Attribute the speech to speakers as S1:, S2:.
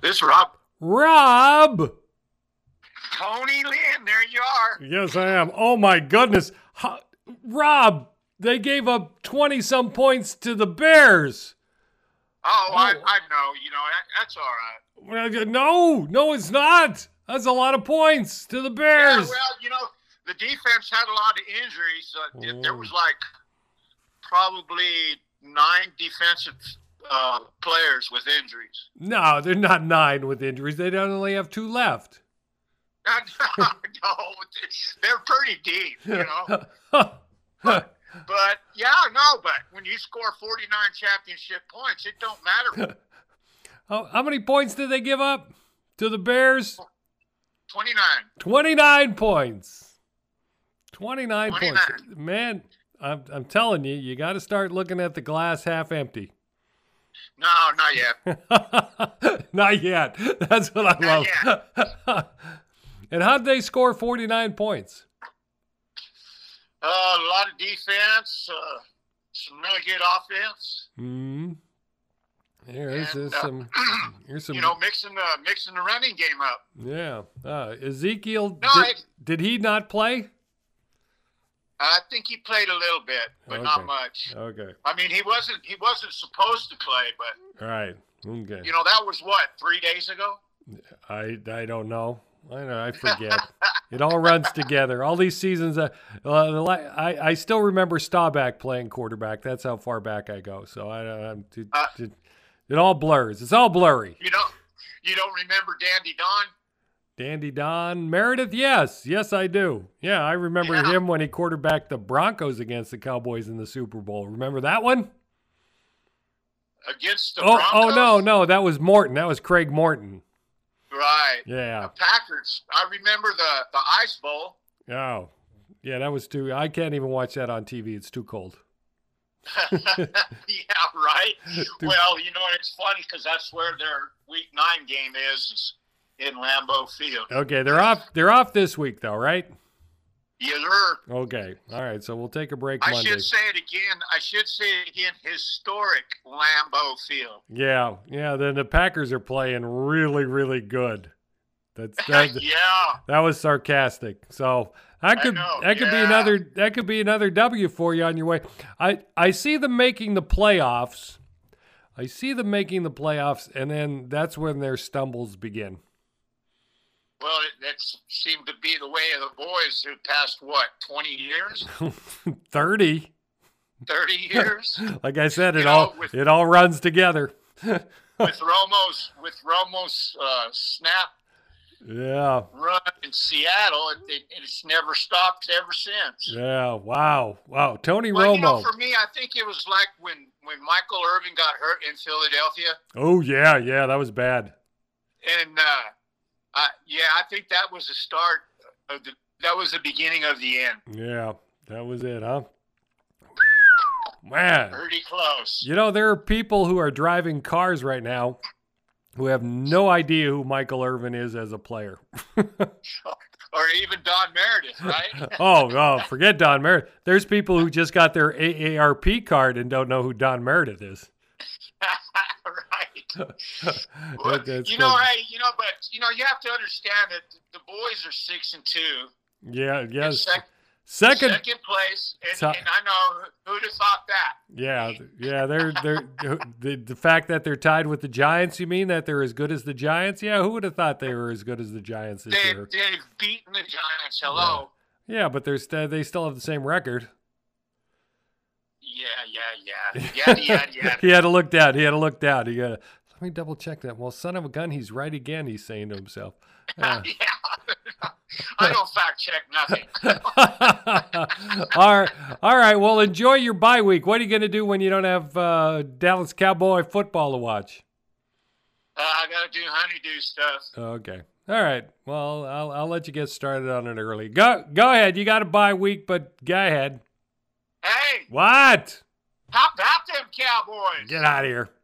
S1: This is Rob.
S2: Rob!
S1: Tony Lynn, there you are.
S2: Yes, I am. Oh my goodness. Ho- Rob, they gave up 20 some points to the Bears.
S1: Oh, I, I know. You know, that, that's all right.
S2: No, no, it's not. That's a lot of points to the
S1: Yeah,
S2: Bears.
S1: well, you know, the defense had a lot of injuries. Uh, th- There
S2: Mm.
S1: was like probably nine defensive uh, players with injuries.
S2: No, they're not nine with injuries. They don't only have two left.
S1: no, they're pretty deep, you know. But yeah, no, but when you score 49 championship points, it don't matter.
S2: how, how many points did they give up to the Bears?
S1: 29.
S2: 29 points. 29,
S1: 29.
S2: points. Man, I'm, I'm telling you, you got to start looking at the glass half empty.
S1: No, not yet.
S2: Not yet. That's what I
S1: Not
S2: love. and how'd they score 49 points?
S1: Uh, a lot of defense, uh, some really good offense.
S2: Hmm. Here's,
S1: And,
S2: there's
S1: uh,
S2: some. Here's some.
S1: You know, mixing the mixing the running game up.
S2: yeah. Uh, Ezekiel.
S1: No,
S2: did,
S1: I-
S2: did he not play?
S1: I think he played a little bit, but
S2: Okay.
S1: not much.
S2: Okay.
S1: I mean, he wasn't he wasn't supposed to play, but
S2: All right. Okay.
S1: you know that was what three days ago.
S2: I I don't know. I know. I forget. it all runs together. All these seasons. Uh, uh, the li- I I still remember Staubach playing quarterback. That's how far back I go. So I I'm, it,
S1: Uh,
S2: it, it all blurs. It's all blurry.
S1: You don't you don't remember Dandy Don?
S2: Dandy Don Meredith. Yes, yes, I do. Yeah, I remember
S1: Yeah.
S2: him when he quarterbacked the Broncos against the Cowboys in the Super Bowl. Remember that one?
S1: against the
S2: Oh,
S1: Broncos?
S2: oh no, no, that was Morton. That was Craig Morton.
S1: Right.
S2: Yeah.
S1: Packers. I remember the the Ice Bowl.
S2: Oh, yeah, that was too. I can't even watch that on TV. It's too cold.
S1: yeah, right. Well, you know it's funny because that's where their Week Nine game is, is in Lambeau Field.
S2: Okay, they're off. They're off this week, though, right?
S1: Yes, sir.
S2: Okay, all right. So we'll take a break
S1: I
S2: Monday.
S1: should say it again. I should say it again. Historic Lambeau Field.
S2: Yeah, yeah. Then the Packers are playing really, really good. That's that.
S1: yeah.
S2: that was sarcastic. So that could
S1: know,
S2: that could be
S1: yeah.
S2: another that could be another W for you on your way. I I see them making the playoffs. I see them making the playoffs, and then that's when their stumbles begin.
S1: Well, it, that s- seemed to be the way of the boys who passed what twenty years,
S2: Thirty,
S1: thirty years
S2: like I said, it
S1: You know,
S2: all
S1: with-
S2: it all runs together.
S1: with Romo's with Romo's uh, snap
S2: Yeah.
S1: run in Seattle. It, it, it's never stopped ever since.
S2: Yeah, wow. Wow. Tony
S1: Well,
S2: Romo.
S1: you know, for me, I think it was like when when Michael Irvin got hurt in Philadelphia,
S2: oh yeah, yeah, that was bad.
S1: and uh, I, yeah, I think that was the start of the that was the beginning of the end.
S2: Yeah, that was it, huh? Man.
S1: Pretty close.
S2: You know, there are people who are driving cars right now who have no idea who Michael Irvin is as a player.
S1: or even Don Meredith, right?
S2: oh, oh, forget Don Meredith. There's people who just got their AARP card and don't know who Don Meredith is.
S1: right. Well,
S2: That- that's
S1: you know,
S2: good.
S1: hey, you know, but you know, you have to understand that the boys are six and two,
S2: yeah,
S1: in
S2: yes.
S1: sec-
S2: Second,
S1: second place, and,
S2: So-
S1: and I know who'd have thought that.
S2: Yeah, th- yeah, they're they're the, the fact that they're tied with the Giants. You mean that they're as good as the Giants? Yeah, who would have thought they were as good as the Giants this
S1: They
S2: year?
S1: they've beaten the Giants. Hello.
S2: Yeah, but they're st- they still have the same record.
S1: Yeah, yeah, yeah, yeah, yeah, yeah.
S2: he had to look down. He had to look down. He got to let me double check that. Well, son of a gun, he's right again. He's saying to himself. Yeah.
S1: yeah. I don't fact check nothing.
S2: all right, all right. Well, enjoy your bye week. What are you going to do when you don't have uh, Dallas Cowboy football to watch?
S1: Uh, I gotta do honeydew stuff.
S2: Okay. All right. Well, I'll, I'll let you get started on it early. Go go ahead. You got a bye week, but go ahead.
S1: Hey,
S2: What?
S1: how about them Cowboys?
S2: Get out of here.